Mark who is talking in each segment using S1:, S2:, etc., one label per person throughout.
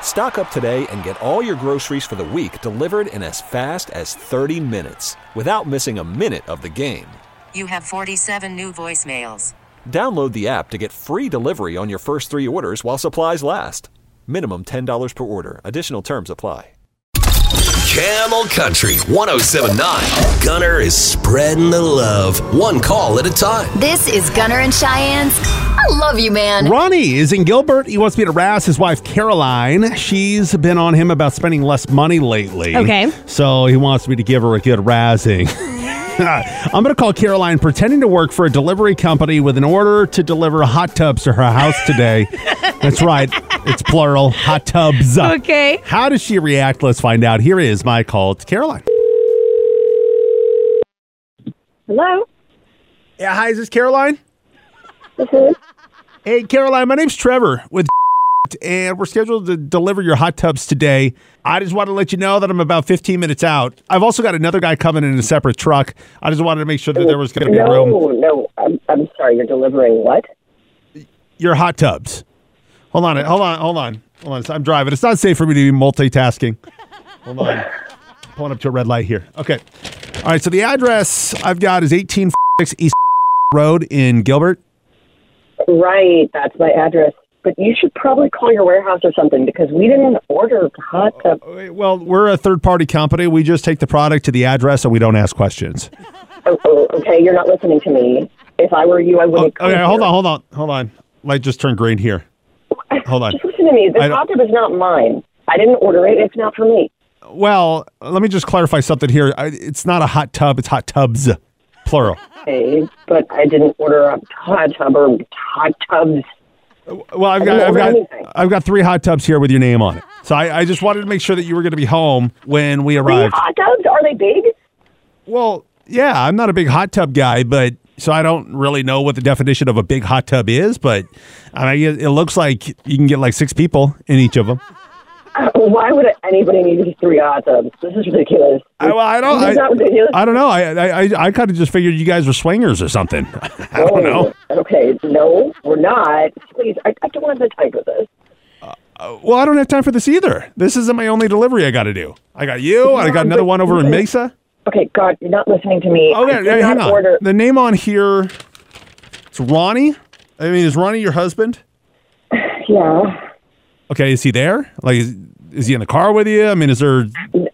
S1: Stock up today and get all your groceries for the week delivered in as fast as 30 minutes without missing a minute of the game.
S2: You have 47 new voicemails.
S1: Download the app to get free delivery on your first three orders while supplies last. Minimum $10 per order. Additional terms apply.
S3: Camel Country 1079. Gunner is spreading the love, one call at a time.
S4: This is Gunner and Cheyenne's I Love You Man.
S5: Ronnie is in Gilbert. He wants me to rouse his wife, Caroline. She's been on him about spending less money lately.
S6: Okay.
S5: So he wants me to give her a good rousing. I'm going to call Caroline pretending to work for a delivery company with an order to deliver hot tubs to her house today. That's right. It's plural. Hot tubs.
S6: Okay.
S5: How does she react? Let's find out. Here is my call to Caroline.
S7: Hello.
S5: Yeah, hi, is this Caroline?
S7: This is
S5: Hey, Caroline, my name's Trevor with and we're scheduled to deliver your hot tubs today. I just wanted to let you know that I'm about 15 minutes out. I've also got another guy coming in a separate truck. I just wanted to make sure that there was going to be
S7: no,
S5: room.
S7: no. I'm, I'm sorry. You're delivering what?
S5: Your hot tubs. Hold on, hold on, hold on, hold on. I'm driving. It's not safe for me to be multitasking. Hold on. Pulling up to a red light here. Okay. All right. So the address I've got is 18 East Road in Gilbert.
S7: Right. That's my address. But you should probably call your warehouse or something because we didn't order hot tub.
S5: Wait, Well, we're a third party company. We just take the product to the address and we don't ask questions.
S7: Oh, oh, okay. You're not listening to me. If I were you, I
S5: Oh,
S7: wouldn't. come
S5: okay, hold
S7: here.
S5: on, hold on, hold on. Light just turned green here. Hold on.
S7: Just listen to me. This
S5: I don't-
S7: hot tub is not mine. I didn't order it. It's not for me.
S5: Well, let me just clarify something here. I, it's not a hot tub, it's hot tubs, plural.
S7: Okay. But I didn't order a hot tub or hot tubs.
S5: Well, I've got,
S7: don't
S5: I've
S7: order
S5: got,
S7: anything.
S5: I've got three hot tubs here with your name on it. So I, I just wanted to make sure that you were going to be home when we arrived.
S7: Hot tubs? Are they big?
S5: Well, yeah, I'm not a big hot tub guy, but so I don't really know what the definition of a big hot tub is. But I mean, it- it looks like you can get like six people in each of them.
S7: Why would anybody need three hot tubs? This is ridiculous.
S5: I, well, I don't.
S7: This is
S5: I,
S7: not ridiculous.
S5: I don't know. I I, I, I kind of just figured you guys were swingers or something. I don't know.
S7: Oh, Okay, no, we're not. Please, I, I don't have the time for this.
S5: Well, I don't have time for this either. This isn't my only delivery I got to do. I got you. I got another one over in Mesa.
S7: Okay, God, you're not listening to me. I
S5: Okay,
S7: did
S5: yeah, hang
S7: not
S5: on.
S7: Order.
S5: The name on here, it's Ronnie. I mean, is Ronnie your husband?
S7: Yeah,
S5: Okay, is he there? Like, is, is he in the car with you? I mean, is there?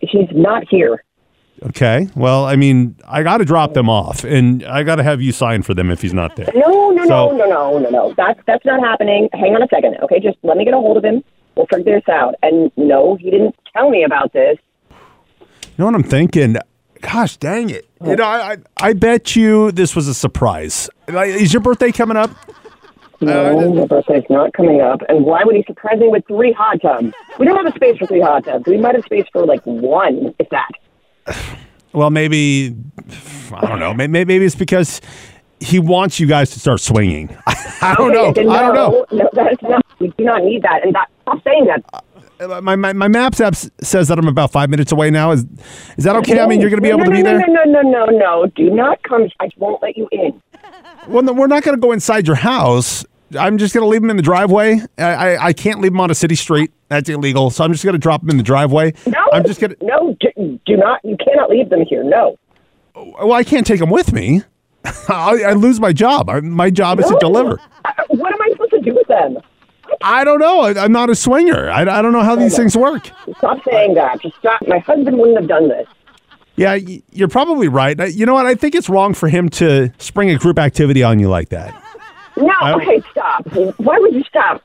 S7: he's not here.
S5: Okay. Well, I mean, I got to drop them off, and I got to have you sign for them if he's not there.
S7: No, no,
S5: So-
S7: no, no, no, no, no. That's that's not happening. Hang on a second. Okay, just let me get a hold of him. We'll figure this out. And no, he didn't tell me about this.
S5: You know what I'm thinking? Gosh, dang it! You know, I I, I bet you this was a surprise. Like, is your birthday coming up? Oh,
S7: No, my birthday's not coming up. And why would he surprise me with three hot tubs? We don't have a space for three hot tubs. We might have space for like one, if that.
S5: Well, maybe I don't know. Maybe maybe it's because he wants you guys to start swinging. I don't know.
S7: Okay,
S5: I don't know.
S7: No, no, that's not. We do not need that. And that, stop saying that.
S5: uh, My my, my Maps app s- says that I'm about five minutes away now. Is is that okay? I mean, you're going to be
S7: No,
S5: able to
S7: no,
S5: be
S7: no,
S5: there.
S7: No, no, no, no, no. Do not come. I won't let you in.
S5: Well, no, we're not going to go inside your house. I'm just going to leave them in the driveway. I, I, I can't leave them on a city street. That's illegal. So I'm just going to drop them in the driveway.
S7: No.
S5: I'm just going to.
S7: No, do, do not. You cannot leave them here. No.
S5: Well, I can't take them with me. I, I lose my job. I, my job is to
S7: No.
S5: deliver.
S7: Uh, What am I supposed to do with them?
S5: I don't know. I, I'm not a swinger. I, I don't know how these things work.
S7: Stop saying that. Just stop. My husband wouldn't have done this.
S5: Yeah, y- you're probably right. I- You know what? I think it's wrong for him to spring a group activity on you like that.
S7: No.
S5: I-
S7: okay, stop. Why would you stop?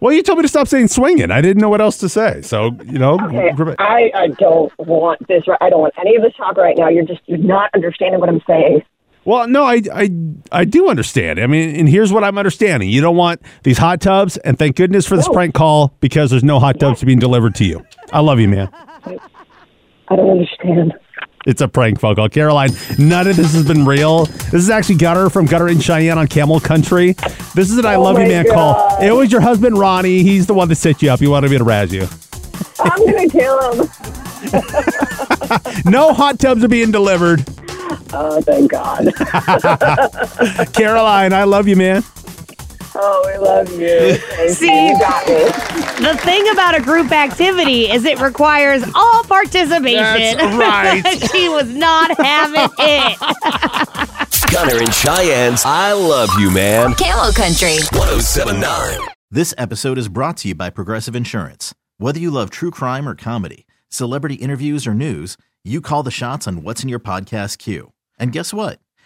S5: Well, you told me to stop saying swinging. I didn't know what else to say. So, you know,
S7: Okay,
S5: gr-
S7: I, I don't want this. ri- I don't want any of this talk right now. You're just you're not understanding what I'm saying.
S5: well, no, I, I, I do understand. I mean, and here's what I'm understanding. You don't want these hot tubs, and thank goodness for this prank call because there's no hot tubs being delivered to you. I love you, man.
S7: I don't understand.
S5: It's a prank phone call. Caroline, none of this has been real. This is actually Gutter from Gutter and Cheyenne on Camel Country. This is an I Love You
S7: Oh my
S5: Man call.
S7: God.
S5: It was your husband, Ronnie. He's the one that set you up. He wanted me to razz you.
S7: I'm gonna kill him.
S5: No hot tubs are being delivered.
S7: Oh, thank God.
S5: Caroline, I love you, man.
S7: Oh, we love you. Thank you.
S6: See?
S7: you got me.
S6: The thing about a group activity is it requires all participation.
S5: That's right.
S6: she was not having it.
S3: Gunner and Cheyenne's I Love You Man
S4: Camel Country.
S3: 1079.
S8: This episode is brought to you by Progressive Insurance. Whether you love true crime or comedy, celebrity interviews or news, you call the shots on what's in your podcast queue. And guess what?